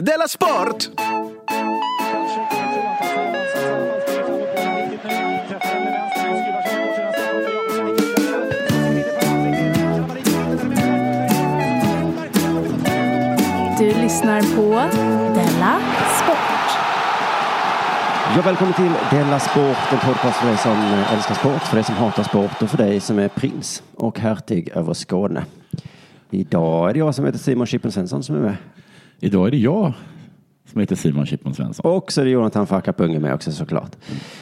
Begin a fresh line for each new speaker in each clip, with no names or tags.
Della Sport!
Du lyssnar på Della Sport.
Ja, välkommen till Della Sport, en podcast för dig som älskar sport, för dig som hatar sport och för dig som är prins och hertig över Skåne. Idag är det jag som heter Simon Chippen Svensson som är med.
Idag är det jag som heter Simon Chippen Svensson.
Och så är det Jonathan Fackapunge med också såklart.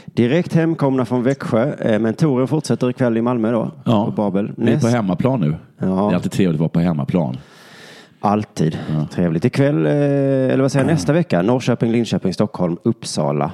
Direkt hemkomna från Växjö, eh, men touren fortsätter ikväll i Malmö då. På Babel.
Vi är på
Näst-
hemmaplan nu.
Ja.
Det är alltid trevligt att vara på hemmaplan.
Alltid. Trevligt. Ikväll, eh, eller vad säger jag, nästa vecka, Norrköping, Linköping, Stockholm, Uppsala.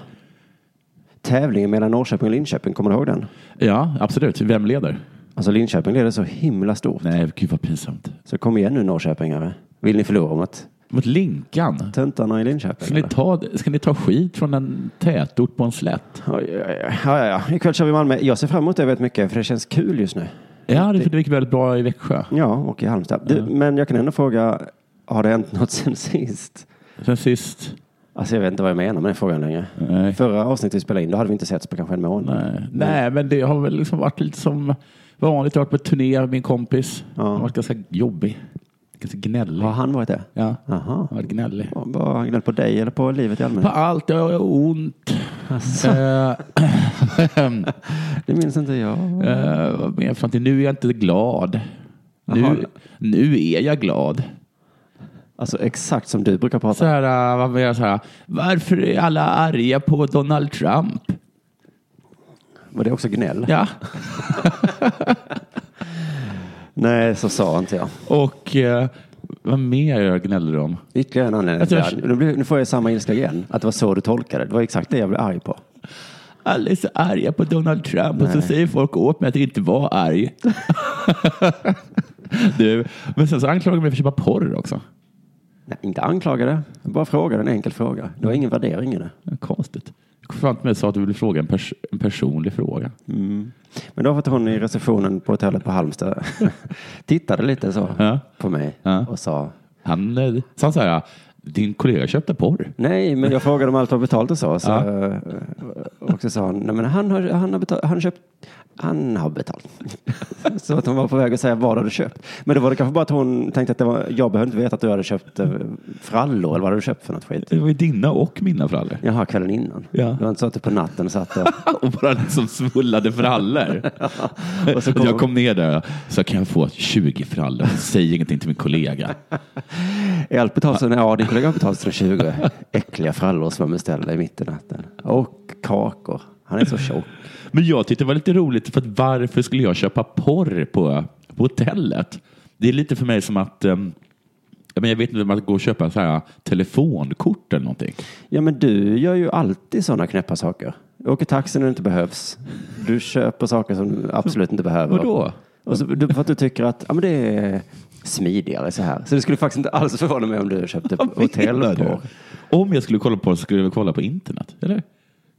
Tävlingen mellan Norrköping och Linköping, kommer du ihåg den?
Ja, absolut. Vem leder?
Alltså Linköping leder så himla stort.
Nej, gud vad pinsamt.
Så kom igen nu Norrköpingare. Vill ni förlora mot
Mot Linkan.
töntarna i
Ska
Linköping?
ni,
eller?
ta, ska ni ta skit från en tätort på en slätt?
Oj, oj, oj. Ja, ja, ja. Ikväll kör vi Malmö. Jag ser fram emot det väldigt mycket för det känns kul just nu.
Ja, det, det gick väldigt bra i Växjö.
Ja, och i Halmstad. Du, Men jag kan ändå fråga, har det hänt något sen sist?
Sen sist.
Alltså jag vet inte vad jag menar med den frågan längre.
Nej.
Förra avsnittet vi spelade in, då hade vi inte setts på kanske en månad.
Nej. Nej, men det har väl liksom varit lite som vanligt. Jag har varit på turné med min kompis. Han har varit ganska jobbig. Ganska gnällig.
Har han varit det?
Ja, han
Jaha.
har varit gnällig.
Vad- Vad har han gnällt på dig eller på livet i
På
allmänhet?
allt. Jag har ont. Eh,
Det minns inte jag.
eh, vad mer för att nu är jag inte glad. Nu, nu är jag glad.
Alltså exakt som du brukar
Så
prata.
här, eh, vad var jag så här, varför är alla arga på Donald Trump?
Var det också gnäll?
Ja.
Nej, så sa inte jag.
Och eh, vad mer jag gnällde om?
Ytterligare en anledning.
Jag
till
tror
det här. Nu, blir, nu får jag samma ilska igen. Att det var så du tolkade det. Det var exakt det jag blev arg på.
Alla är så arga på Donald Trump och så säger folk åt mig att inte vara arg. du, men sen så anklagar de mig för att köpa porr också.
Nej, inte anklagade. Jag bara frågade en enkel fråga. Det var ingen värdering i det.
Konstigt. Jag kom fram till mig och sa att du ville fråga en, pers- en personlig fråga.
Men då för att hon i receptionen på hotellet på Halmstad tittade lite så
Ja.
på mig
Ja.
och sa
Han eh, sa så här, din kollega köpte porr.
Nej, men jag frågade om allt var betalt och så. så eh, Och så sa han, nej men han har, han har, betalt, han har köpt, han har betalt. så att hon var på väg att säga, vad har du köpt? Men då var det kanske bara att hon tänkte att det var, jag behövde inte veta att du hade köpt eh, frallor eller vad hade du köpt för något skit?
Det var ju dina och mina frallor.
Jaha, kvällen innan.
Ja.
Det var inte så att du på natten satt och...
Och bara liksom svullade frallor.
Och så kom-
Jag kom ner där och sa, kan jag få 20 frallor? Säg ingenting till min kollega.
Är allt betalt? Så, nej, ja, din kollega har betalt sina 20 äckliga frallor som man beställde i mitten av natten. Och kakor. Han är så tjock.
Men jag tyckte det var lite roligt, för att varför skulle jag köpa porr på, på hotellet? Det är lite för mig som att ehm, ja, men jag vet inte om man går och köpa så här telefonkort eller någonting.
Ja, men du gör ju alltid sådana knäppa saker. Du åker taxi när det inte behövs. Du köper saker som du absolut inte behöver.
Vadå?
Och så, du, för att du tycker att ja, men det är smidigare så här. Så det skulle faktiskt inte alls förvåna mig om du köpte
menar
hotellporr.
du? Om jag skulle kolla på porr så skulle jag kolla på internet, eller?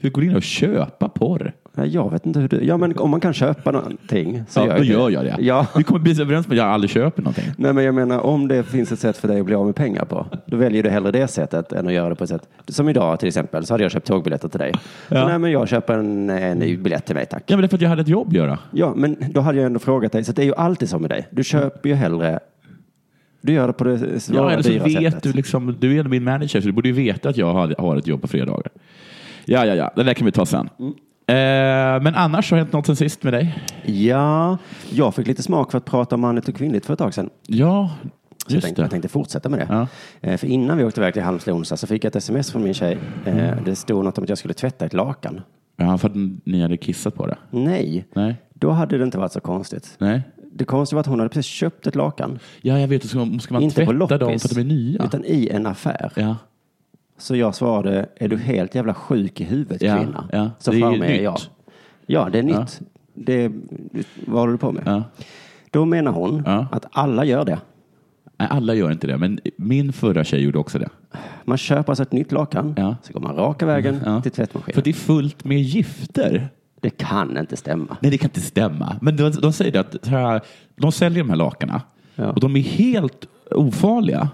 Du går in och köpa porr.
Nej, Jag vet inte hur du... Ja, men om man kan köpa någonting så
Ja,
gör
då
jag
gör jag det.
Ja.
Vi kommer bli så överens med att jag aldrig köper någonting.
Nej, men jag menar om det finns ett sätt för dig att bli av med pengar på, då väljer du hellre det sättet än att göra det på ett sätt. Som idag till exempel, så hade jag köpt tågbiljetter till dig.
Ja.
Nej, men jag köper en, en ny biljett till mig, tack.
Ja, men det är för att jag hade ett jobb att göra.
Ja, men då hade jag ändå frågat dig, så det är ju alltid så med dig. Du köper ju hellre, du gör det på det
Ja,
svåra,
eller så
dyra
vet
sättet.
du liksom, du är ändå min manager så du borde ju veta att jag har, har ett jobb på fredagar. Ja, ja, ja, det där kan vi ta sen.
Mm.
Eh, men annars har det hänt något sen sist med dig?
Ja, jag fick lite smak för att prata om manligt och kvinnligt för ett tag sedan.
Ja,
Så jag
just
tänkte, jag
det.
tänkte fortsätta med det.
Ja.
Eh, För innan vi åkte iväg till Halmstad i onsdag så fick jag ett sms från min tjej. Eh, Det stod något om att jag skulle tvätta ett lakan.
Ja, för att ni hade kissat på det.
Nej,
Nej.
då hade det inte varit så konstigt.
Nej.
Det konstiga var att hon hade precis köpt ett lakan.
Ja, jag vet. Ska, ska man
inte på
tvätta dem
loppis.
för att de är nya?
Utan i en affär.
Ja,
Så jag svarade, är du helt jävla sjuk i huvudet
Ja,
kvinna?
ja.
Så
Det är ju
charmig är
nytt.
jag. Ja, det är nytt. Det, vad håller du på med?
ja.
Då menar hon
Ja.
att alla gör det.
Nej, alla gör inte det, men min förra tjej gjorde också det.
Man köper alltså ett nytt lakan,
Ja.
så går man raka vägen
Ja.
till tvättmaskinen.
För det är fullt med gifter.
Det kan inte stämma.
Nej, det kan inte stämma. Men de, de säger det att så här, de säljer de här lakanen
Ja.
och de är helt ofarliga.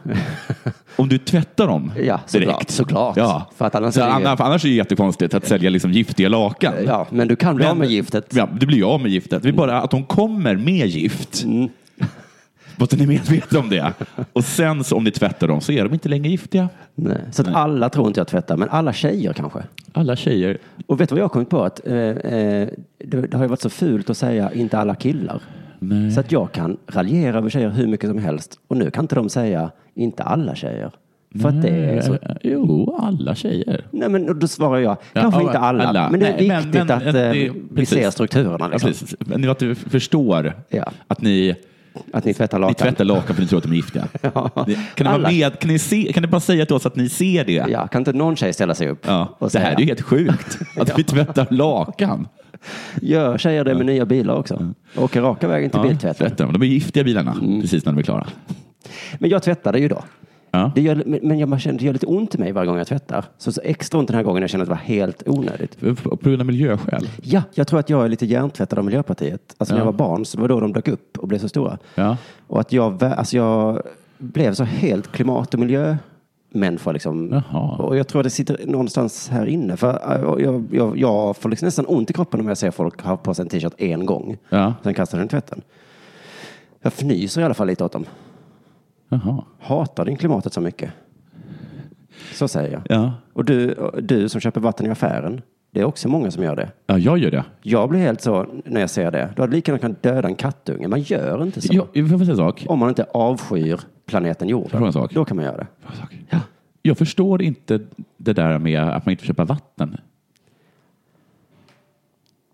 Om du tvättar dem
Ja, såklart.
direkt.
såklart.
Ja.
För att annars
så
är det ju-
annars, annars är det jättekonstigt att sälja liksom giftiga lakan.
Ja, men du kan bli av med giftet.
Ja, det blir jag med giftet. Vi bara att de kommer med gift.
Mm.
Måste ni medvetna om det? Och sen så om ni tvättar dem så är de inte längre giftiga.
Nej. Så att alla tror inte jag tvättar, men alla tjejer kanske.
Alla tjejer.
Och vet du vad jag har kommit på? Att, eh, eh, det, det har ju varit så fult att säga inte alla killar.
Nej.
Så att jag kan raljera över tjejer hur mycket som helst. Och nu kan inte de säga inte alla tjejer. För att det är så.
Jo, alla tjejer.
Nej, men och då svarar jag, kanske
ja,
inte alla,
alla.
men det är
Nej, men-
viktigt
men,
att eh,
det-
vi
precis.
ser strukturerna.
Ja,
Liksom.
precis. Alltså, Men att du förstår
Ja.
att ni,
Att ni tvättar
ni
lakan.
tvättar lakan för ni tror att de är giftiga.
Ja.
Ni- Kan ni, vara
Alla.
med, kan, ni se, kan ni bara säga till oss att ni ser det?
Ja, kan inte någon tjej ställa sig upp
Ja.
och
Det
säga,
här är ju helt sjukt. Att vi tvättar lakan.
gör tjejer det med nya bilar också? Åker raka vägen till
Ja,
biltvätten.
tvättar dem. De är giftiga bilarna
Mm.
precis när de är klara.
Men jag tvättade ju då.
Ja.
Det gör, men- men jag bara känner, det gör lite ont i mig varje gång jag tvättar. Så, så extra ont den här gången. Jag känner att det var helt onödigt.
På grund av miljöskäl.
Ja, jag tror att jag är lite hjärntvättad av Miljöpartiet. Alltså när
Ja.
jag var barn, så det var då de dök upp och blev så stora.
Ja.
Och att jag, vä- alltså jag blev så helt klimat och miljömänniska liksom.
Jaha.
Och jag tror att det sitter någonstans här inne. För eh, jag, jag, jag får liksom nästan ont i kroppen om jag ser folk ha på sig en t-shirt en gång.
Ja.
Sen kastar den i tvätten. Jag fnyser i alla fall lite åt dem.
Jaha.
Hatar din klimatet så mycket? Så säger jag.
Ja.
Och du, du som köper vatten i affären, det är också många som gör det.
ja, jag gör det.
Jag blir helt så när jag ser det. Du hade lika gärna kunnat döda en kattunge. Man gör inte så.
Jag, får jag säga en sak?
Om man inte avskyr planeten
Får jag en
jorden.
sak?
Då kan man göra det.
Får jag en sak? Jag förstår inte det där med att man inte får köpa vatten.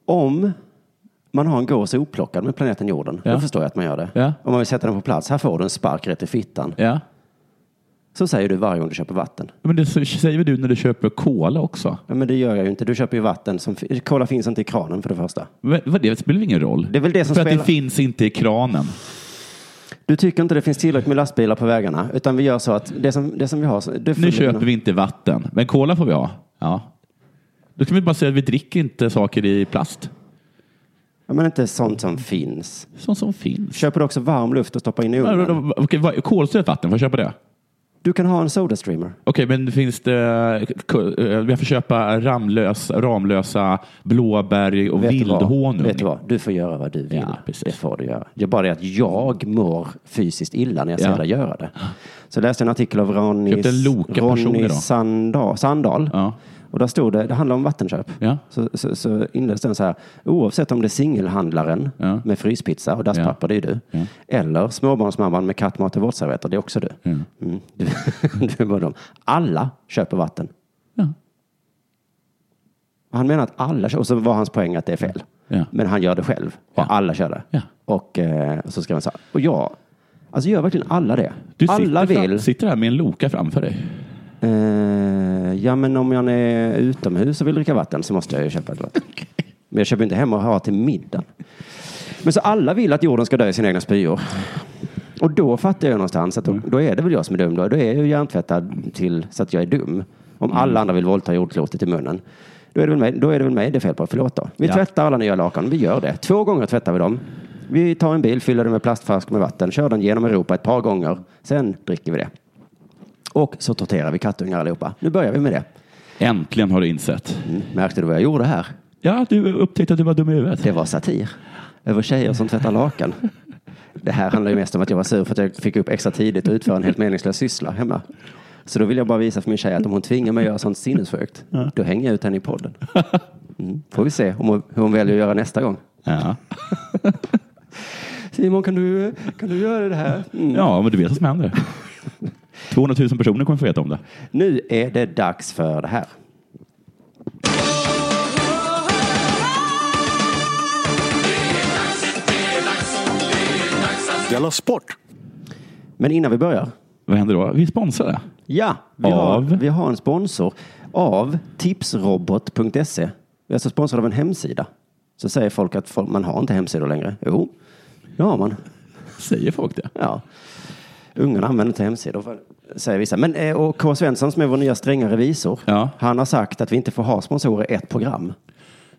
Om man har en gås upplockad med planeten jorden,
Ja.
då förstår jag att man gör det.
Ja.
Om man vill sätta den på plats, här får du en spark rätt i fittan.
Ja.
Så säger du varje gång du köper vatten.
Men det säger väl du när du köper cola också?
Ja, men det gör jag ju inte. Du köper ju vatten som... Kolla finns inte i kranen för det första.
Men vad det spelar väl ingen roll?
Det är väl det som
För att det
spelar-
finns inte i kranen.
Du tycker inte det finns tillräckligt med lastbilar på vägarna, utan vi gör så att det som, det som vi har... så- Det
Nu köper vi inte vatten, men cola får vi ha. Ja. Då kan vi bara säga att vi dricker inte saker i plast.
Ja, men inte sånt som finns.
Sånt som finns.
Köper du också varm luft och stoppar in i
Ja, då-
ugnen?
då- Okej, vad- kolsyrat vatten, får jag köpa det?
Du kan ha en soda streamer.
Okej, men finns det... ku- eh, Jag får köpa ramlös, Ramlösa blåbär och
du vad?
vildhonung.
Vet du vad? Du får göra vad du vill.
Ja, precis.
det får du göra. Det är bara det att jag mår fysiskt illa när jag ser
Ja.
dig göra det. Så läste jag en artikel av Ronny,
Köpte en Loka personer
Ronny
då?
Sandahl. Sandahl.
Ja.
Och där stod det, det handlar om vattenköp.
Ja.
Så, så, så inleds den så här, oavsett om det är singelhandlaren
Ja.
med fryspizza och dasspapper, det är du.
Ja.
Eller småbarnsmamman med kattmat och våtservetter, det är också du. Mm. Du, du är bara dem. Alla köper vatten.
Ja.
Han menar att alla kör, och så var hans poäng att det är fel.
Ja.
Men han gör det själv och
Ja.
alla kör det.
Ja.
Och eh, så skrev han så här, och jag, alltså gör verkligen alla det?
Du
alla
sitter, fram-
vill.
sitter här med en Loka framför dig.
Eh, ja men om jag är utomhus och vill dricka vatten så måste jag ju köpa ett vatten. Men jag köper inte hem och har till middagen. Men så alla vill att jorden ska dö i sina egna spyor. Och då fattar jag någonstans att då, då är det väl jag som är dum då. Då är jag ju hjärntvättad till så att jag är dum. Om alla andra vill våldta jordklotet i munnen. Då är det väl mig, då är det, väl mig det är fel på. Förlåt då. Vi
Ja.
tvättar alla nya lakan. Vi gör det. Två gånger tvättar vi dem. Vi tar en bil, fyller den med plastflask med vatten, kör den genom Europa ett par gånger. Sen dricker vi det. Och så torterar vi kattungar allihopa. Nu börjar vi med det.
Äntligen har du insett.
Märkte du vad jag gjorde här?
Ja, du upptäckte att du var dum i huvudet.
Det var satir. Över tjejer som tvättar lakan. Det här handlar ju mest om att jag var sur för att jag fick upp extra tidigt och utföra en helt meningslös syssla hemma. Så då vill jag bara visa för min tjej att om hon tvingar mig att göra sånt sinnessjukt, då hänger jag ut henne i podden. Mm. Får vi se om hon, hur hon väljer att göra nästa gång.
Ja.
Simon, kan du, kan du göra det här?
ja, men du vet vad som händer. 200 000 personer kommer få veta om det.
Nu är det dags för det här.
Della Sport!
Men innan vi börjar.
Vad händer då? Vi är sponsrade.
Ja, vi, Har,
Av?
vi har en sponsor av tipsrobot.se. Vi är alltså sponsrade av en hemsida. Så säger folk att folk, man har inte hemsidor längre. Jo, det har man.
Säger folk det?
Ja. Ungarna använder inte hemsidor, för- säger vissa. Men, eh, och K. Svensson som är vår nya stränga revisor,
Ja.
han har sagt att vi inte får ha sponsorer i ett program.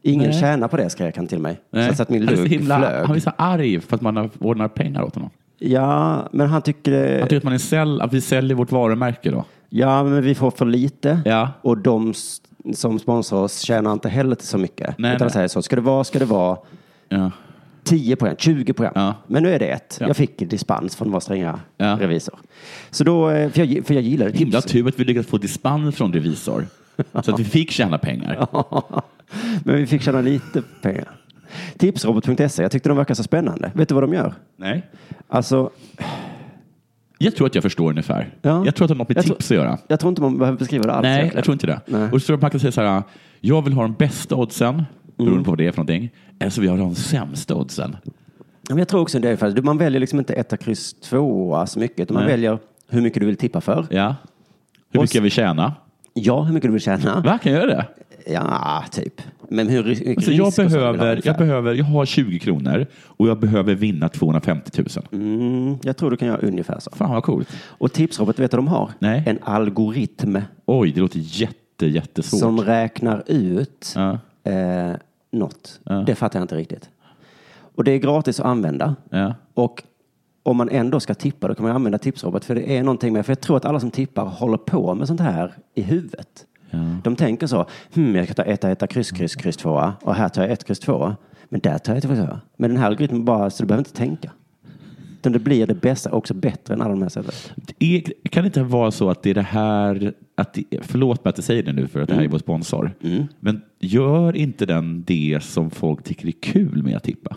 Ingen
Nej.
tjänar på det, skrek han till mig. Så att min
han är så
lugg
himla,
flög.
Han är så arg för att man har- ordnar pengar åt honom.
Ja, men han tycker, det-
Jag tycker att, man är sälj, att vi säljer vårt varumärke då.
ja, men vi får för lite.
Ja.
Och de s- som sponsrar oss tjänar inte heller så mycket.
Nej,
Utan
nej.
säger så, ska det vara, ska det vara
Ja.
10 program, 20 program.
Ja.
Men nu är det ett.
Ja.
Jag fick dispens från vår stränga
Ja.
revisor. Så då, eh, för jag, för jag gillade
Himla typ.
tipsen.
tur att vi lyckades få dispens från revisor. Så att vi fick tjäna pengar.
Men vi fick tjäna lite pengar. Tipsrobot.se, E, jag tyckte de verkar så spännande. Vet du vad de gör?
Nej.
Alltså,
Jag tror att jag förstår ungefär.
Ja.
Jag tror att det har något med
Jag tror-
tips att göra.
jag tror inte man behöver beskriva det alls.
Nej,
egentligen.
jag tror inte det.
Nej. Mm.
Och så tror jag man kan säga så här, jag vill ha de bästa oddsen, beroende på vad det är för någonting, eller så vill jag ha de sämsta oddsen.
Ja, Men jag tror också det är ungefär så. Man väljer liksom inte etta, kryss, tvåa så mycket. Utan man
Nej.
väljer hur mycket du vill tippa för.
Ja. Hur
Och
mycket
s-
jag vill tjäna.
Ja, hur mycket du vill tjäna.
Va, kan jag göra det?
Ja, typ. Men hur mycket
Alltså,
risk
jag,
och sånt vill ha
behöver,
ungefär.
jag, behöver, jag har 20 kronor och jag behöver vinna 250 000.
Mm, jag tror du kan göra ungefär så.
Fan vad coolt.
Och tipsrobot, vet du vad de har?
Nej.
En algoritm
Oj, det låter jätte, jättesvårt.
som räknar ut
Ja.
eh, något.
Ja.
Det fattar jag inte riktigt. Och det är gratis att använda.
Ja.
Och om man ändå ska tippa, då kan man ju använda tipsrobot. För det är någonting med, för jag tror att alla som tippar håller på med sånt här i huvudet. De tänker så, hmm, jag ska ta etta, etta, kryss, kryss, kryss, tvåa. Och här tar jag ett, kryss, tvåa. Men där tar jag ett, kryss, tvåa. Men den här algoritmen bara, så du behöver inte tänka. Utan det blir det bästa, också bättre än alla de här sätten.
Det är- E- Kan det inte vara så att det är det här, att det, förlåt mig att jag säger det nu för att det här är vår sponsor, men gör inte den det som folk tycker är kul med att tippa?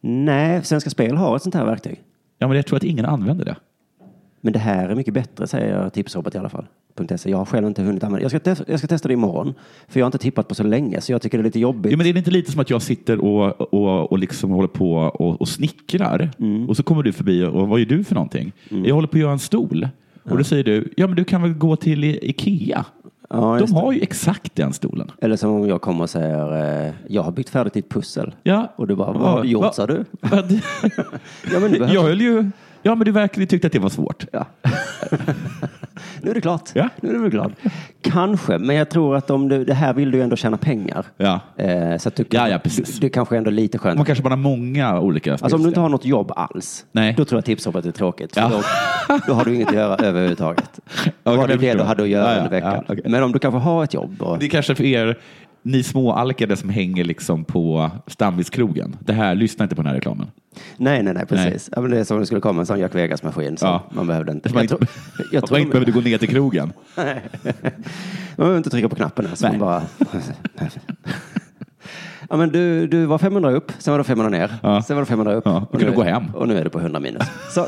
Nej, Svenska Spel har ett sånt här verktyg.
Ja, men jag tror att ingen använder det.
Men det här är mycket bättre, säger jag tipsrobot i alla fall. .se. Jag har själv inte hunnit använda det. Jag ska, te- jag ska testa det imorgon. För jag har inte tippat på så länge, så jag tycker det är lite jobbigt.
Ja, men är det inte lite som att jag sitter och, och, och liksom håller på och, och snickrar
Mm.
och så kommer du förbi och vad gör du för någonting? Jag håller på att göra en stol och då säger du, ja men du kan väl gå till I- Ikea?
Ja,
De
just
har ju exakt den stolen.
Eller som om jag kommer och säger, eh, jag har byggt färdigt ditt pussel.
Ja.
Och du bara, vad har du gjort sa du?
Vad-
Ja, men du behöver-
jag höll ju, ja men du verkligen tyckte att det var svårt.
Ja. nu är det klart.
Ja.
Nu är du väl glad. Kanske, men jag tror att om du, det här vill du ju ändå tjäna pengar.
Ja.
Eh, så att du,
Ja, ja, precis.
Du, du kanske ändå är lite skönt.
Man kanske bara har många olika
Alltså om du inte
spelställen.
har något jobb alls,
Nej.
då tror jag tipshoppet är tråkigt. För
Ja.
Då, då har du inget att göra överhuvudtaget.
kan
Då var det
jag
det du
förstå.
hade att göra
Ja, ja,
under veckan.
ja, okej.
Men om du kanske har ett jobb. Och,
Det är kanske för er, ni småalkade som hänger liksom på stammiskrogen. Det här, lyssna inte på den här reklamen.
Nej, nej, nej, precis.
Nej.
Ja, men det är som om det skulle komma en sån Jack Vegas-maskin. som
Ja.
Man behövde inte.
Att man inte-
jag
att man
tror
inte behövde gå ner till krogen.
Man behöver inte trycka på knappen ens. Man
Nej.
bara... ja, men du, du var 500 upp, sen var du 500 ner,
Ja.
sen var du 500 upp.
Ja, då kan
nu
du gå
är-
hem.
Och nu är du på 100 minus. Så,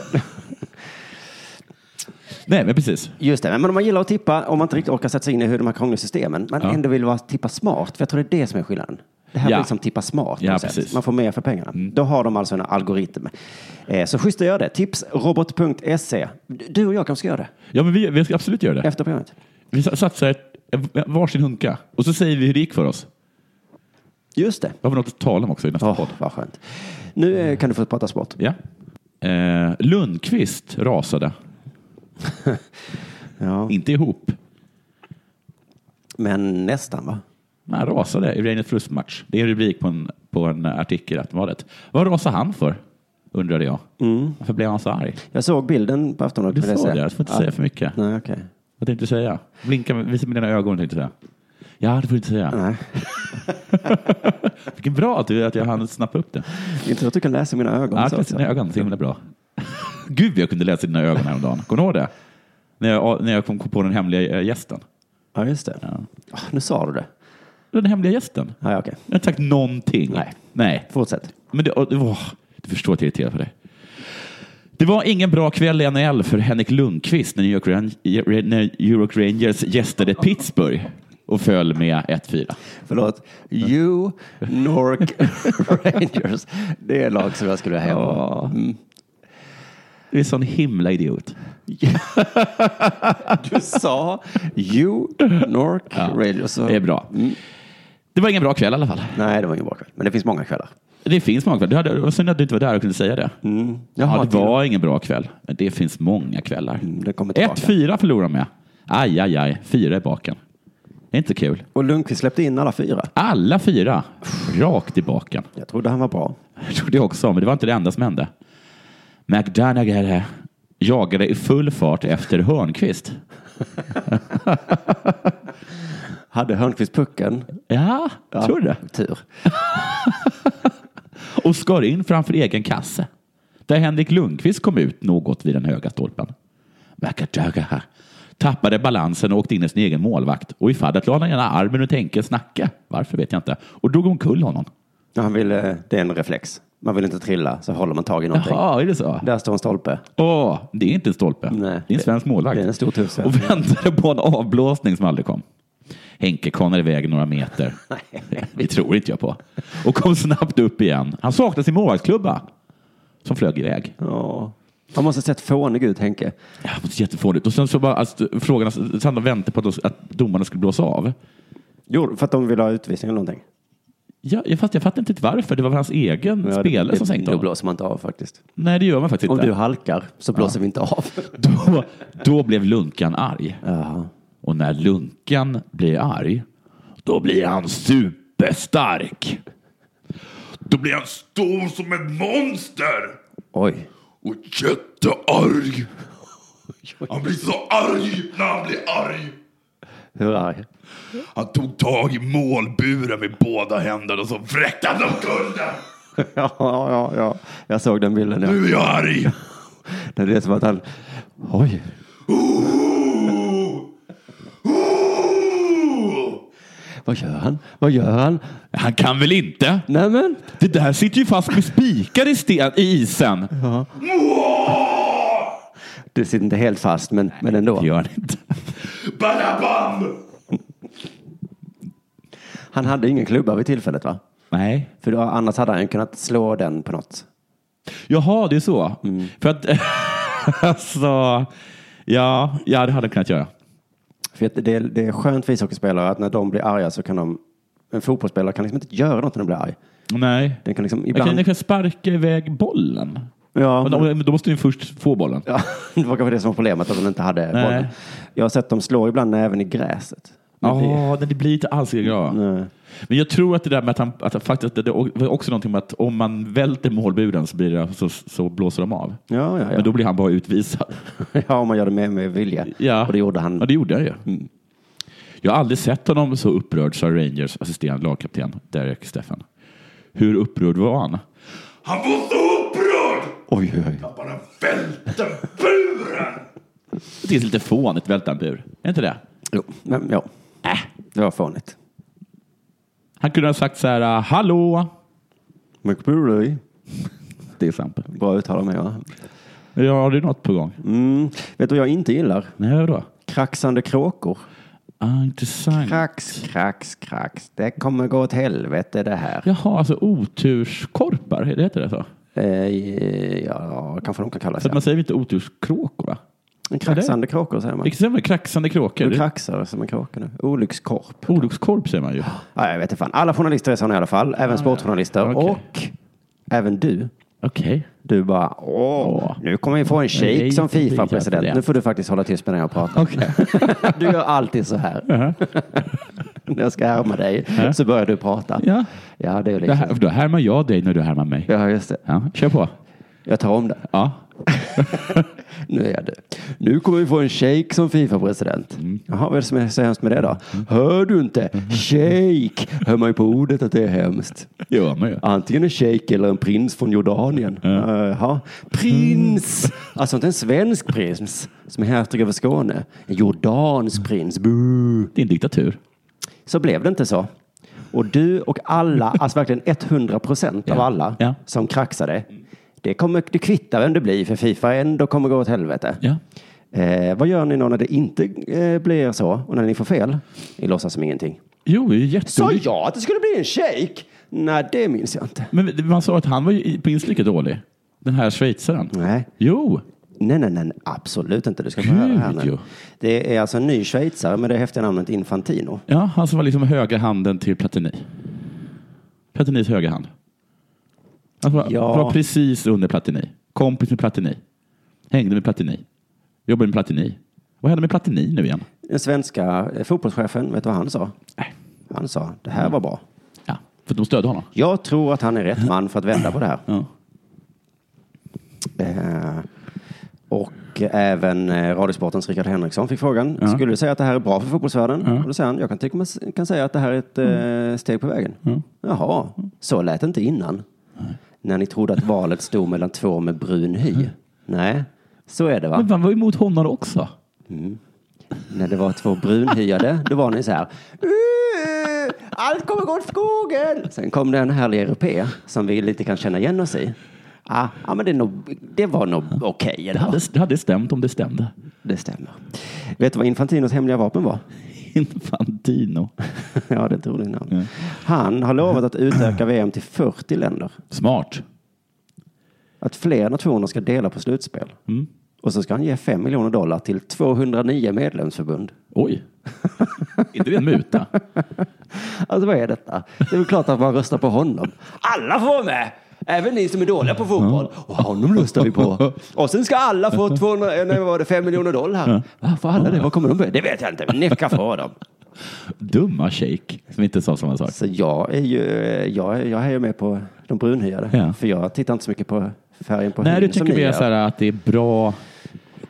Nej, men precis.
just det, men om man gillar att tippa, om man inte riktigt orkar sätta sig in i hur de här krångliga systemen, man
Ja.
ändå vill vara tippa smart, för jag tror det är det som är skillnaden. Det här
Ja.
blir som tippa smart. på
Ja,
något sätt.
precis. Mm.
Man får mer för pengarna. Då har de alltså en algoritm. Eh, så schysst att göra det. Tipsrobot.se. Du och jag kanske ska göra det
Ja, men vi, vi ska absolut göra det.
efter programmet.
Vi sa- satsar ett- varsin hunka och så säger vi hur det gick för oss.
Just det.
Då har vi något att tala om också i nästa
Åh,
podd.
vad skönt. Nu eh, kan du få prata sport.
Ja. Eh, Lundqvist rasade.
Ja.
Inte ihop.
Men nästan va?
Men han rasade i Reinert Frust-match. Det är en rubrik på en, på en artikel i Aftonbladet. Vad rasade han för? Undrade jag. Varför blev han så arg?
Jag såg bilden på Aftonbladet.
Du
på det
sa
sättet.
det, Mm. jag får inte
Ja.
säga för mycket.
Nej, okej.
Vad tänkte du säga? Blinka, med- visa med dina ögon tänkte jag säga. Ja, det får du inte säga.
Nej.
Vilken bra att, du, att jag hann snappa upp det.
Jag tror att du kan läsa mina ögon.
Ja,
så
jag läste
också.
dina ögon så himla bra. Gud, jag kunde läsa dina ögon häromdagen. Kommer du ihåg det? När jag, när jag kom kom på den hemliga eh, gästen.
ja just det. Ah, nu sa du det.
Den hemliga gästen.
Ja, ja, okej.
Jag har inte sagt någonting.
Nej.
Nej.
Fortsätt.
Men det, åh, det var, du förstår att jag är irriterad på dig. Det var ingen bra kväll i NHL för Henrik Lundqvist när New York, Ran- när New York Rangers gästade Pittsburgh och föll med 1-4.
Förlåt. You Nork Rangers. Det är lag som jag skulle vilja heja på. Mm.
Ja. Du är en sån himla idiot.
Du sa You Nork Rangers. så- Mm.
Det är bra. Det var ingen bra kväll i alla fall.
Nej, det var ingen bra kväll. Men det finns många kvällar.
Det finns många kvällar. Du hade- det var Synd att du inte var där och kunde säga det. ja, det
till-
var ingen bra kväll. Men det finns många kvällar.
det kommer tillbaka.
1-4 förlorar de med. Aj, aj, aj. Fyra i baken. Det är inte kul.
Och Lundqvist släppte in alla fyra.
Alla fyra rakt i baken.
Jag trodde han var bra.
Jag trodde jag också, men det var inte det enda som hände. McDonagher eh, jagade i full fart efter Hörnqvist.
Hade Hörnqvist pucken?
Ja, tror du det?
Tur.
Och skar in framför egen kasse. Där Henrik Lundqvist kom ut något vid den höga stolpen. McDonagher tappade balansen och åkte in i sin egen målvakt. Och i fallet la han ena armen ur tänken snacka. Varför vet jag inte. Och drog omkull honom.
Ja, Han ville, det är en reflex. Man vill inte trilla så håller man tag i någonting.
Jaha, är det så?
Där står en stolpe.
Åh, det är inte en stolpe.
Nej.
det är en svensk målvakt.
det är en stor tusse.
Och väntade på en avblåsning som aldrig kom. Henke kanar iväg några meter. det tror inte jag på. Och kom snabbt upp igen. Han saknade sin målvaktsklubba. Som flög iväg.
Ja. Han måste ha sett fånig ut Henke.
Ja, det ser jättefånigt. Och sen så bara alltså, frågan, alltså, Sandra väntade på att, de- att domarna skulle blåsa av.
Jo, för att de vill ha utvisning eller någonting.
Ja, jag, fast, jag fattar inte varför. Det var väl hans egen
Ja,
spelare
det-
som sänkte
Då
av.
blåser man inte av faktiskt.
Nej, det gör man faktiskt
Om
inte.
du halkar så blåser vi inte av.
Då, då blev Lunkan arg.
Jaha.
Och när Lunkan blir arg, då blir han superstark. Då blir han stor som ett monster
Oj.
och jättearg. Han blir så arg när han blir arg.
Hur arg?
Han tog tag i målburen med båda händerna och så vräkte han omkull den.
Ja, ja, ja. Jag såg den bilden. Ja.
Nu är jag arg.
Det är det som att han... Oj. Vad gör han? Vad gör han?
Han kan väl inte?
Nej men.
Det där sitter ju fast med spikar i, sten, i isen.
Det sitter inte helt fast, men, men
Det
ändå.
gör han inte.
Han hade ingen klubba vid tillfället va?
Nej.
För då, annars hade han ju kunnat slå den på något.
Jaha, det är så.
Mm.
För att, alltså, ja, ja, det hade jag kunnat göra.
För att det, det är skönt för ishockeyspelare att när de blir arga så kan de... En fotbollsspelare kan liksom inte göra något när den blir arg.
Nej.
Den kan liksom
Jag kan,
ibland...
jag kan sparka iväg bollen.
Ja,
Men
men-
då, men då måste du först få bollen.
ja, det var kanske det som var problemet, att de inte hade
Nej.
bollen. Jag har sett dem slå ibland även i gräset. Men det-
Ja, det... det blir inte alls lika bra.
Nej.
Men jag tror att det där med att han, att han faktiskt, det det var också någonting med att om man välter målburen så, blir det, så, så blåser de av.
Ja, ja, ja.
Men då blir han bara utvisad.
ja, om man gör det med, med vilja.
Ja.
Och det gjorde han.
Ja, det gjorde jag ju.
Mm.
Jag har aldrig sett honom så upprörd, sa Rangers assisterande lagkapten Derek Steffen. Hur upprörd var han? Han var så upprörd!
Oj, oj, oj.
Bara välte buren! Det är lite fånigt, välta en bur. Är inte det?
Jo, men, ja.
Äh.
det var fånigt.
Han kunde ha sagt så här, "Ah, hallå!
McBurley.
Till exempel.
Bra uttal av mig, va?
Ja, har du något på gång?
Mm. Vet du vad jag inte gillar?
Nej, vadå?
Kraxande kråkor.
Ah, intressant.
Krax, krax, krax. Det kommer gå åt helvete det här.
Jaha, alltså oturskorpar, det heter det så?
Eh, ja, kanske de kan kalla
Så att
sig.
man säger inte oturskråkor, va?
En kraxande kråkor säger man.
Vilket säger man? Kraxande kråkor?
Du
Det-
kraxar som en kråka nu. Olyckskorp.
Olyckskorp säger man ju.
Ja, jag vet inte fan. Alla journalister är sådana i alla fall. Även sportjournalister.
Okej.
Och även du.
Okej.
Du bara, åh, nu kommer vi få en
Nej,
shejk som Fifa-president.
president.
Nu får du faktiskt hålla tyst medan jag pratar. Du gör alltid så här. När jag ska härma dig så börjar du prata.
Ja.
ja det är
Det
liksom.
här, då härmar jag dig när du härmar mig.
Ja, just det.
Ja, kör på.
Jag tar om det.
Ja.
Nu är jag död. Nu kommer vi få en shejk som Fifa-president.
Mm.
Jaha, vad är det som är så hemskt med det då? Hör du inte? Shejk! Hör man ju på ordet att det är hemskt.
Det gör man ju.
Antingen en shejk eller en prins från Jordanien. Jaha. Prins! Alltså inte en svensk prins som är hertig över Skåne. En jordansk prins. Bu.
Det är en diktatur.
Så blev det inte så. Och du och alla, alltså verkligen 100 procent av
Ja.
alla
Ja.
som kraxade. Det, kommer, det kvittar vem det blir för Fifa ändå kommer gå åt helvete.
Ja.
Eh, vad gör ni då när det inte eh, blir så och när ni får fel? Ni låtsas som ingenting.
Jo, det är jätte...
Sa jag att det skulle bli en shejk? Nej, det minns jag inte.
Men man sa att han var ju prins lika dålig. Den här schweizaren.
Nej.
Jo.
Nej, nej, nej, absolut inte. Du ska få
Gud,
höra här nu.
jo.
Det är alltså en ny schweizare med det häftiga namnet Infantino.
Ja, han som var liksom höga handen till Platini. Platinis höga hand. Han var,
Ja.
var precis under Platini. Kompis med Platini. Hängde med Platini. Jobbade med Platini. Vad hände med Platini nu igen?
Den svenska eh, fotbollschefen, vet du vad han sa?
Nej.
Han sa, det här var bra.
Ja, för de stödde honom.
Jag tror att han är rätt man för att vända på det här.
Ja.
Eh, och även eh, Radiosportens Rickard Henriksson fick frågan.
Ja.
Skulle du säga att det här är bra för fotbollsvärlden?
Ja. Mm.
Och då säger han, jag kan, tycka, man kan säga att det här är ett eh, steg på vägen.
Ja.
Jaha, så lät det inte innan. När ni trodde att valet stod mellan två med brun hy. Nej, så är det va?
Men man var ju emot honom också.
När det var två brunhyade, då var ni så här. "Uh, Allt kommer gå åt skogen! Sen kom det en härlig europé som vi lite kan känna igen oss i. Ah, ja, men det, är nog, det var nog okej.
Det
eller
hade,
vad?
det hade stämt om det stämde.
det stämmer. Vet du vad Infantinos hemliga vapen var?
Infantino.
ja, det tror du namn. Han har lovat att utöka VM till 40 länder.
Smart.
Att fler nationer ska dela på slutspel. Och så ska han ge 5 miljoner dollar till 209 medlemsförbund.
Oj. inte det en muta?
Alltså vad är detta? Det är väl klart att man röstar på honom. Alla får vara med! Även ni som är dåliga på fotboll. Och honom röstar vi på. Och sen ska alla få 200, nej, vad var det, 5 miljoner dollar. Va, får alla det? Vad kommer de börja? Det vet jag inte, men ni ska få dem.
Dumma shake som inte sa samma sak.
Så jag är ju, eh, jag, jag är ju med på de brunhyade.
Ja.
För jag tittar inte så mycket på färgen på
Nej, du
hyn som
tycker
ni gör.
mer så här att det är bra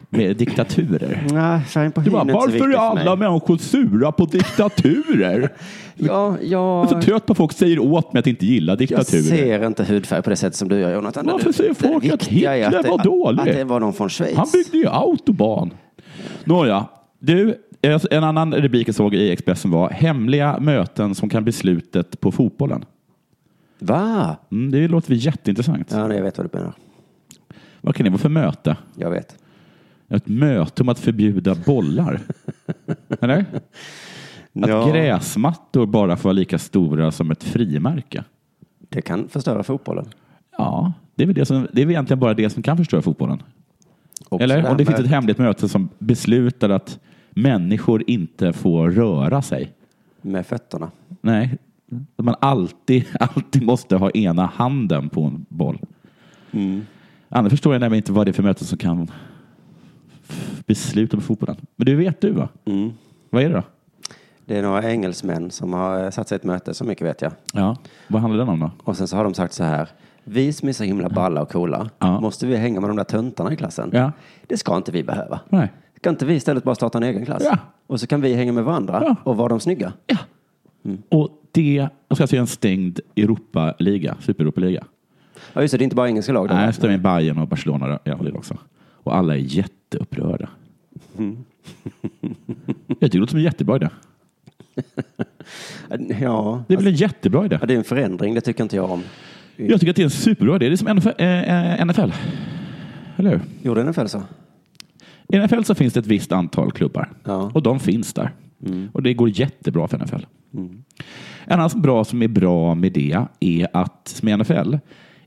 med diktaturer.
Nej, färgen på
Du
hyn
bara,
är inte så
varför
viktig
är
för
alla
mig.
människor sura på diktaturer?
Ja,
Jag är
jag,
så trött på att folk säger åt mig att inte gilla
jag
diktaturer.
ser inte hudfärg på det sätt som du gör Jonathan.
Varför
Du-
säger
det
folk att
viktiga är
Hitler
det-
var dålig?
Att det var någon från Schweiz.
Han byggde ju autobahn. Nåja, du, eh, en annan rubrik jag såg i Expressen var Hemliga möten som kan bli slutet på fotbollen.
Va?
Mm, det låter väl jätteintressant.
Ja, nej, jag vet vad du menar.
Vad kan det vara för möte?
Jag vet.
Ett möte om att förbjuda bollar? Eller? Att gräsmattor bara får vara lika stora som ett frimärke?
Det kan förstöra fotbollen.
Ja, det är väl, det som, det är väl egentligen bara det som kan förstöra fotbollen.
Också
Eller? Om det
här
finns ett
med-
hemligt möte som beslutar att människor inte får röra sig.
Med fötterna.
Nej, att man alltid, alltid måste ha ena handen på en boll. Mm. Annars förstår jag nämligen inte vad det är för möte som kan f- besluta på fotbollen. Men det vet du va? Vad är det då?
Det är några engelsmän som har eh, satt sig i ett möte, så mycket vet jag.
Ja. Vad handlar den om då?
Och sen så har de sagt så här. Vi som är så himla balla och coola,
Ja.
måste vi hänga med de där töntarna i klassen?
Ja.
Det ska inte vi behöva.
Nej.
Ska inte vi istället bara starta en egen klass?
Ja.
Och så kan vi hänga med varandra
Ja.
och vara de snygga.
Ja. Och det och ska alltså göra en stängd Europaliga, super-Europaliga.
Ja, just det, det är inte bara engelska lag. då.
Nej, stämmer Bayern och Barcelona ja, det också. Och alla är jätteupprörda. Mm. jag tycker det låter som en jättebra idé.
Äh, Ja.
Det är väl en jättebra idé?
ja, det är en förändring, det tycker inte jag om.
Jag tycker att det är en superbra idé. Det är som NFL. eh, eh, NFL. Eller hur?
Gjorde NFL så?
I NFL så finns det ett visst antal klubbar
Ja.
och de finns där. Och det går jättebra för NFL. En annan bra som är bra med det är att, med NFL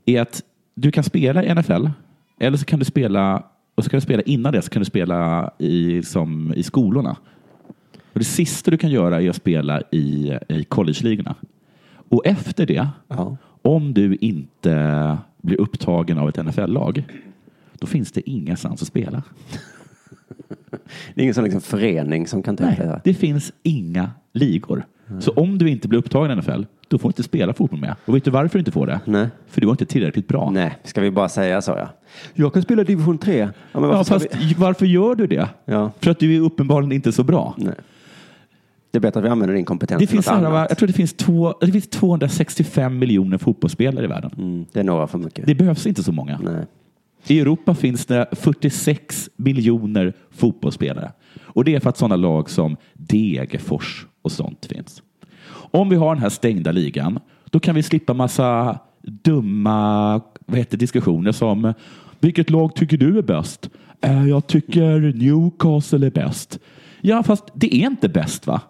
är att du kan spela i NFL eller så kan du spela och så kan du spela innan det så kan du spela i, som, i skolorna. Och det sista du kan göra är att spela i, i collegeligorna. Och efter det,
Ja.
om du inte blir upptagen av ett NFL-lag, då finns det ingenstans att spela.
Det är ingen sån liksom förening som kan ta upp det
Nej,
här.
det finns inga ligor. Så om du inte blir upptagen i NFL, då får du inte spela fotboll med. Och vet du varför du inte får det?
Nej.
För du var inte tillräckligt bra.
Nej, ska vi bara säga så ja. Jag kan spela division 3. Ja, men varför
Ja,
ska
fast
vi...
varför gör du det?
Ja.
För att du är uppenbarligen inte så bra.
Nej. Det är bättre att vi använder din kompetens
Det
till
finns,
något
så här,
annat.
va, jag tror det finns, två, det finns 265 miljoner fotbollsspelare i världen.
Mm, det är några för mycket.
Det behövs inte så många.
Nej.
I Europa finns det 46 miljoner fotbollsspelare. Och det är för att sådana lag som Degerfors och sånt finns. Om vi har den här stängda ligan, då kan vi slippa massa dumma vad heter, diskussioner som vilket lag tycker du är bäst? "Eh, Jag tycker Newcastle är bäst. Ja, fast det är inte bäst va?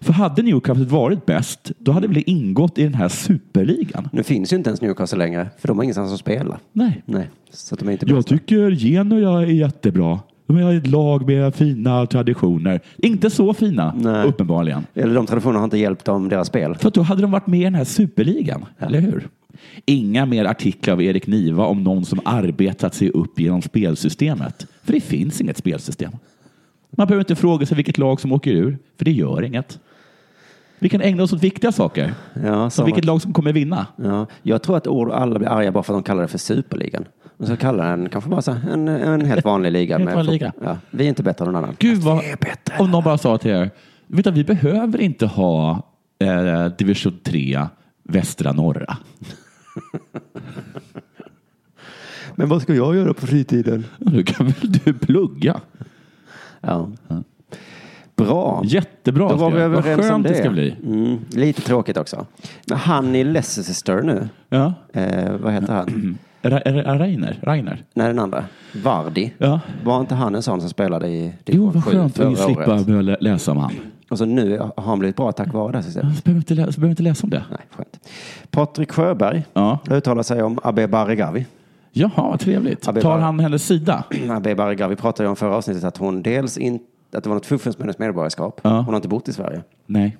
För hade Newcastle varit bäst, då hade vi ingått i den här superligan.
Nu finns ju inte ens Newcastle längre, för de har ingenstans att spela.
Nej.
Nej, så de är inte
Jag
bästa.
tycker Genoa är jättebra. De är ett lag med fina traditioner. Inte så fina,
Nej.
uppenbarligen.
Eller de traditionerna har inte hjälpt dem, deras spel.
För att då hade de varit med i den här superligan, eller hur? Inga mer artiklar av Erik Niva om någon som arbetat sig upp genom spelsystemet. För det finns inget spelsystem. Man behöver inte fråga sig vilket lag som åker ur, för det gör inget. Vi kan ägna oss åt viktiga saker,
Ja,
som
som
vilket lag som kommer vinna.
ja, jag tror att ord- alla blir arga bara för att de kallar det för Superligan. Och så kallar den kanske bara så här, en, en helt vanlig liga.
Helt
med
vanlig
fot-
liga.
Ja, vi är inte bättre än någon annan.
Gud vad...
Vi är bättre.
Om någon bara sa till er, vet du, vi behöver inte ha eh, division 3 västra norra.
Men vad ska jag göra på fritiden?
Då kan väl du plugga?
Ja. Bra.
Jättebra.
Då var
ska
vi
jag. Vad
överens
skönt
om det.
det ska bli.
Mm, lite tråkigt också. Men han i Leicester nu,
Ja.
eh, vad heter han?
Ra- Ra- Reiner? Reiner?
Nej, den andra. Vardy.
Ja.
Var inte han en sån som spelade i
Jo,
division
vad
7
skönt att
förra
vi slippa
året?
behöva lä- läsa om han.
Och så nu har han blivit bra tack vare det här systemet.
Så behöver vi inte, lä- så behöver vi inte läsa om det.
Nej, skönt. Patrik Sjöberg
Ja.
uttalar sig om Abbe Barregavi.
Jaha, vad trevligt.
Ja, det
Tar
var-
han hennes sida?
Abbe Barregavi pratade ju om förra avsnittet att hon dels inte att det var något fuffens med hennes medborgarskap.
Ja.
Hon har inte bott i Sverige.
Nej.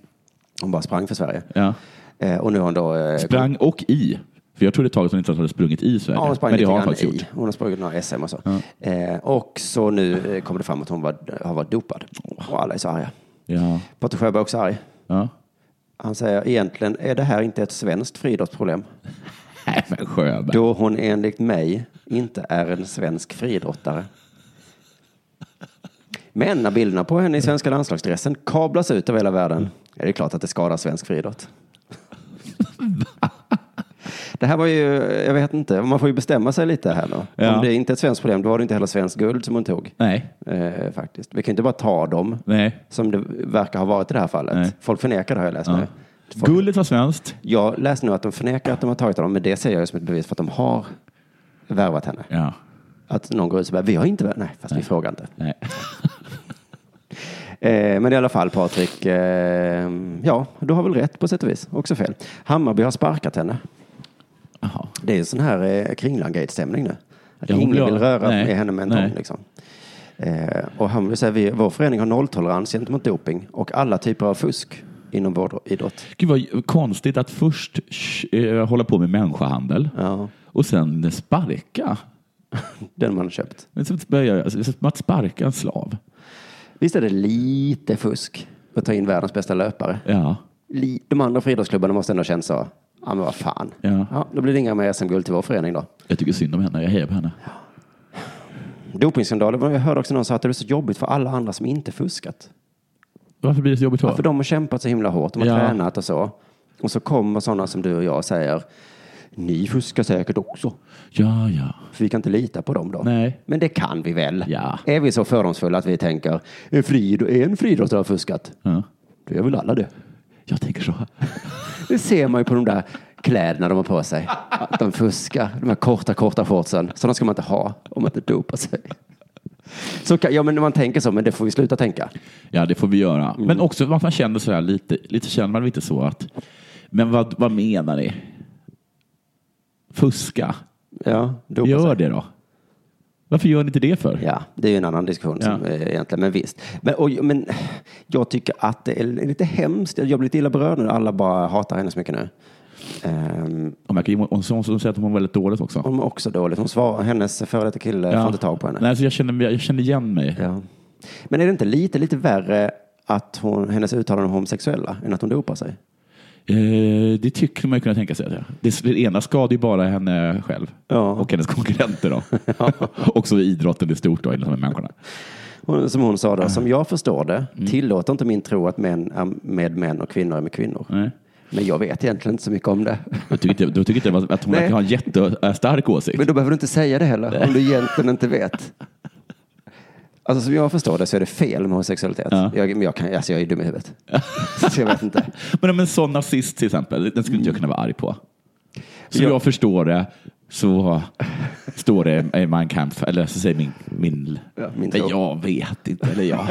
Hon bara sprang för Sverige.
Ja.
Eh, och nu har hon då... Eh,
Sprang och i. För jag trodde ett tag att hon inte hade sprungit i Sverige.
Ja, hon sprang
Men det
lite
har hon
grann
faktiskt
i.
gjort.
Hon har sprungit några SM och så. Eh, och så nu eh, kom det fram att hon var, har varit dopad. Och alla är så arga.
Ja.
Patrik Sjöberg är också arg.
Ja.
Han säger egentligen är det här inte ett svenskt friidrottsproblem.
Nej, men Sjöberg.
Då hon enligt mig inte är en svensk friidrottare. Men när bilderna på henne i svenska landslagsdressen kablas ut över hela världen är det klart att det skadar svensk friidrott. Det här var ju, jag vet inte, man får ju bestämma sig lite här nu.
Ja.
Om det inte är ett svenskt problem, då var det inte heller svenskt guld som hon tog.
Nej.
Eh, faktiskt. Vi kan ju inte bara ta dem,
Nej.
som det verkar ha varit i det här fallet.
Nej.
Folk förnekar det har jag läst nu. Folk
Guldet var svenskt.
jag läste nu att de förnekar att de har tagit honom, men det ser jag ju som ett bevis för att de har värvat henne.
Ja.
Att någon går ut och säger, vi har inte värvat, nej, fast vi frågar inte.
Nej.
Eh, men i alla fall Patrik, eh, ja, du har väl rätt på sätt och vis, också fel. Hammarby har sparkat henne.
Jaha.
Det är ju sån här eh, Kringland-gate-stämning nu. Att
Ja, hon blir
ingen vill
av.
röra
Nej.
med henne med en
Nej.
tång. Liksom. Eh, och Hammarby säger, vi, vår förening har nolltolerans gentemot doping och alla typer av fusk inom vår idrott.
Gud vad konstigt att först sh- eh, hålla på med människohandel
Ja,
och sen sparka.
den man har köpt.
Det är som att börja- alltså, det är som att sparka en slav.
Visst är det lite fusk att ta in världens bästa löpare?
Ja.
Li- De andra friidrottsklubbarna måste ändå ha känt så. Ja, men vad fan.
Ja.
då blir det inga mer SM-guld till vår förening då.
Jag tycker synd om henne. Jag hejar på henne.
Dopingskandalen, jag hörde också någon säga att det är så jobbigt för alla andra som inte fuskat.
Varför blir det så jobbigt då?
För de har kämpat så himla hårt, de har
Ja.
tränat och så. Och så kommer sådana som du och jag och säger, ni fuskar säkert också.
Ja, ja.
För vi kan inte lita på dem då.
Nej.
Men det kan vi väl?
Ja.
Är vi så fördomsfulla att vi tänker, en, fri, en friidrottare har fuskat?
ja.
Då gör väl alla det.
Jag tänker så.
Det ser man ju på de där kläderna de har på sig. Att de fuskar. De här korta, korta shortsen. Sådana ska man inte ha om man inte dopar sig. Så kan, ja, men man tänker så, men det får vi sluta tänka.
Ja, det får vi göra.
Mm.
Men också att man känner så här lite, lite känner man inte så att, men vad, vad menar ni? Fuska?
Ja, dopa
Gör
sig.
det då. Varför gör ni inte det för?
Ja, det är ju en annan diskussion som,
Ja.
eh, egentligen, men visst. Men, och, men jag tycker att det är lite hemskt. Jag blir lite illa berörd när alla bara hatar henne så mycket nu. Ehm,
Om jag kan, hon, hon, hon säger att hon var väldigt dåligt också.
hon mår också dåligt. Hon svarar, hennes före detta kille får inte tag på henne.
Nej, så jag, känner, jag känner igen mig.
Ja. Men är det inte lite, lite värre att hon, hennes uttalanden om homosexuella än att hon dopar sig?
Eh, det tycker man ju kunna tänka sig. att göra. Det, det ena skadar ju bara henne själv
Ja.
och hennes konkurrenter. Då. och så idrotten i stort, då, eller de här människorna.
Hon, som hon sa då, som jag förstår det
Mm.
tillåter inte min tro att män är med män och kvinnor är med kvinnor.
Nej.
Men jag vet egentligen inte så mycket om det.
Då tycker inte, då tycker inte jag att hon
Nej.
verkar ha en jättestark åsikt.
Men då behöver du inte säga det heller, om du egentligen inte vet. Alltså som jag förstår det så är det fel med homosexualitet.
Ja.
Jag, men jag, kan, alltså, jag är dum i huvudet. Så jag vet inte.
Men om en sån nazist till exempel, den skulle inte jag kunna vara arg på. Så jag förstår det, så står det i Mein Kampf, eller så säger min... min,
Ja, min tro.
men jag vet inte, eller jag...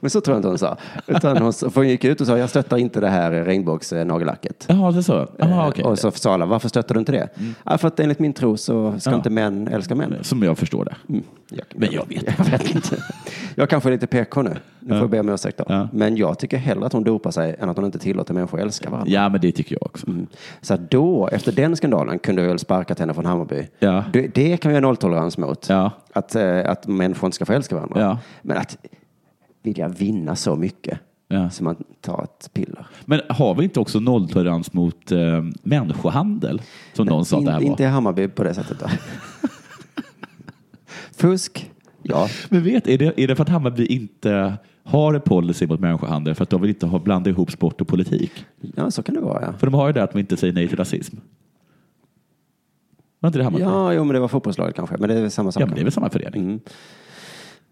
Men så tror jag inte hon sa. Utan hon, för hon gick ut och sa, jag stöttar inte det här regnbågsnagellacket.
Jaha, det är så? Jaha, okej.
Eh,
Mm.
Och så sa alla, varför stöttar du inte det? Ja, för att enligt min tro så ska
Ja.
inte män älska män.
Som jag förstår det.
Mm.
Men jag vet
Jag vet inte. Jag kanske är lite PK nu. Nu får jag be om ursäkt då.
Ja.
Men jag tycker hellre att hon dopar sig än att hon inte tillåter människor att älska varandra.
Ja, men det tycker jag också.
Mm. Så att då, efter den skandalen, kunde jag väl sparkat henne från Hammarby.
Ja.
Det, det kan vi ha nolltolerans mot.
Ja.
Att, eh, att människor inte ska få älska varandra.
Ja.
Men att vilja vinna så mycket
Ja.
Så man tar ett piller.
Men har vi inte också nolltolerans mot eh, människohandel? Som någon sa att det här
In, inte i
var.
Hammarby på det sättet. Då. Fusk, ja.
Men vet, är det, är det för att Hammarby inte har en policy mot människohandel för att de vill inte ha blanda ihop sport och politik?
Ja, så kan det vara ja.
För de har ju det att de inte säger nej till rasism. Var inte det Hammarby?
Ja, jo, men det var fotbollslaget kanske. Men det är väl samma sak.
Ja, men det är väl samma förening?
Mm.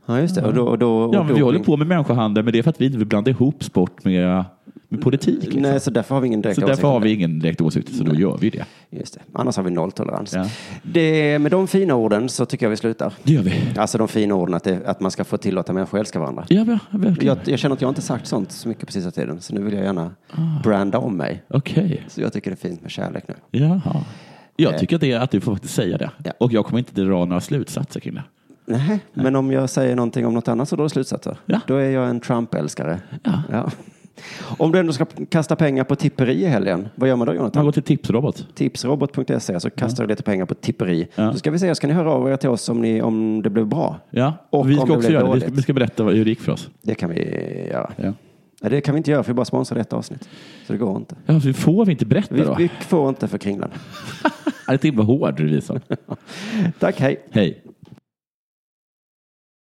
Ja, just det. Och då, och då, och
Ja, men vi
doping.
håller på med människohandel, men det är för att vi inte vill blanda ihop sport med, med politik. Liksom.
Nej, så därför har vi ingen direkt
så
åsikt
därför
om
har
det.
vi ingen direkt åsikt, så då gör vi det.
Just det. Annars har vi nolltolerans.
Ja.
Det, med de fina orden så tycker jag vi slutar.
Det gör vi.
Alltså de fina orden att, det, att man ska få tillåta människor att älska varandra.
Ja, ja, verkligen.
Jag, jag känner att jag inte sagt sånt så mycket på sista tiden, så nu vill jag gärna
Ah.
branda om mig.
Okej.
Så jag tycker det är fint med kärlek nu.
Jaha. Jag tycker att, det är att du får faktiskt säga det.
Eh. Ja.
Och jag kommer inte dra några slutsatser kring det.
Nej, men om jag säger någonting om något annat så då är det slutsatser.
Ja.
Då är jag en Trump-älskare. Ja. Om du ändå ska kasta pengar på tipperi i helgen, vad gör man då Jonathan?
Man går till tipsrobot.
tipsrobot.se så kastar du lite pengar på tipperi.
Ja.
Så ska vi se, ska ni höra av er till oss om, ni, om det blev bra?
Ja.
Och
vi
om
ska
det
också
blev
göra det. Vi ska,
dåligt.
vi ska berätta vad- hur det gick för oss.
Det kan vi göra.
Ja.
Nej, det kan vi inte göra för vi bara sponsrar ett avsnitt. Så det går inte.
Ja, så får vi inte berätta
Vi,
då?
vi får inte för kringlan.
Ja, Det är himla hård du visar.
Tack, hej.
Hej.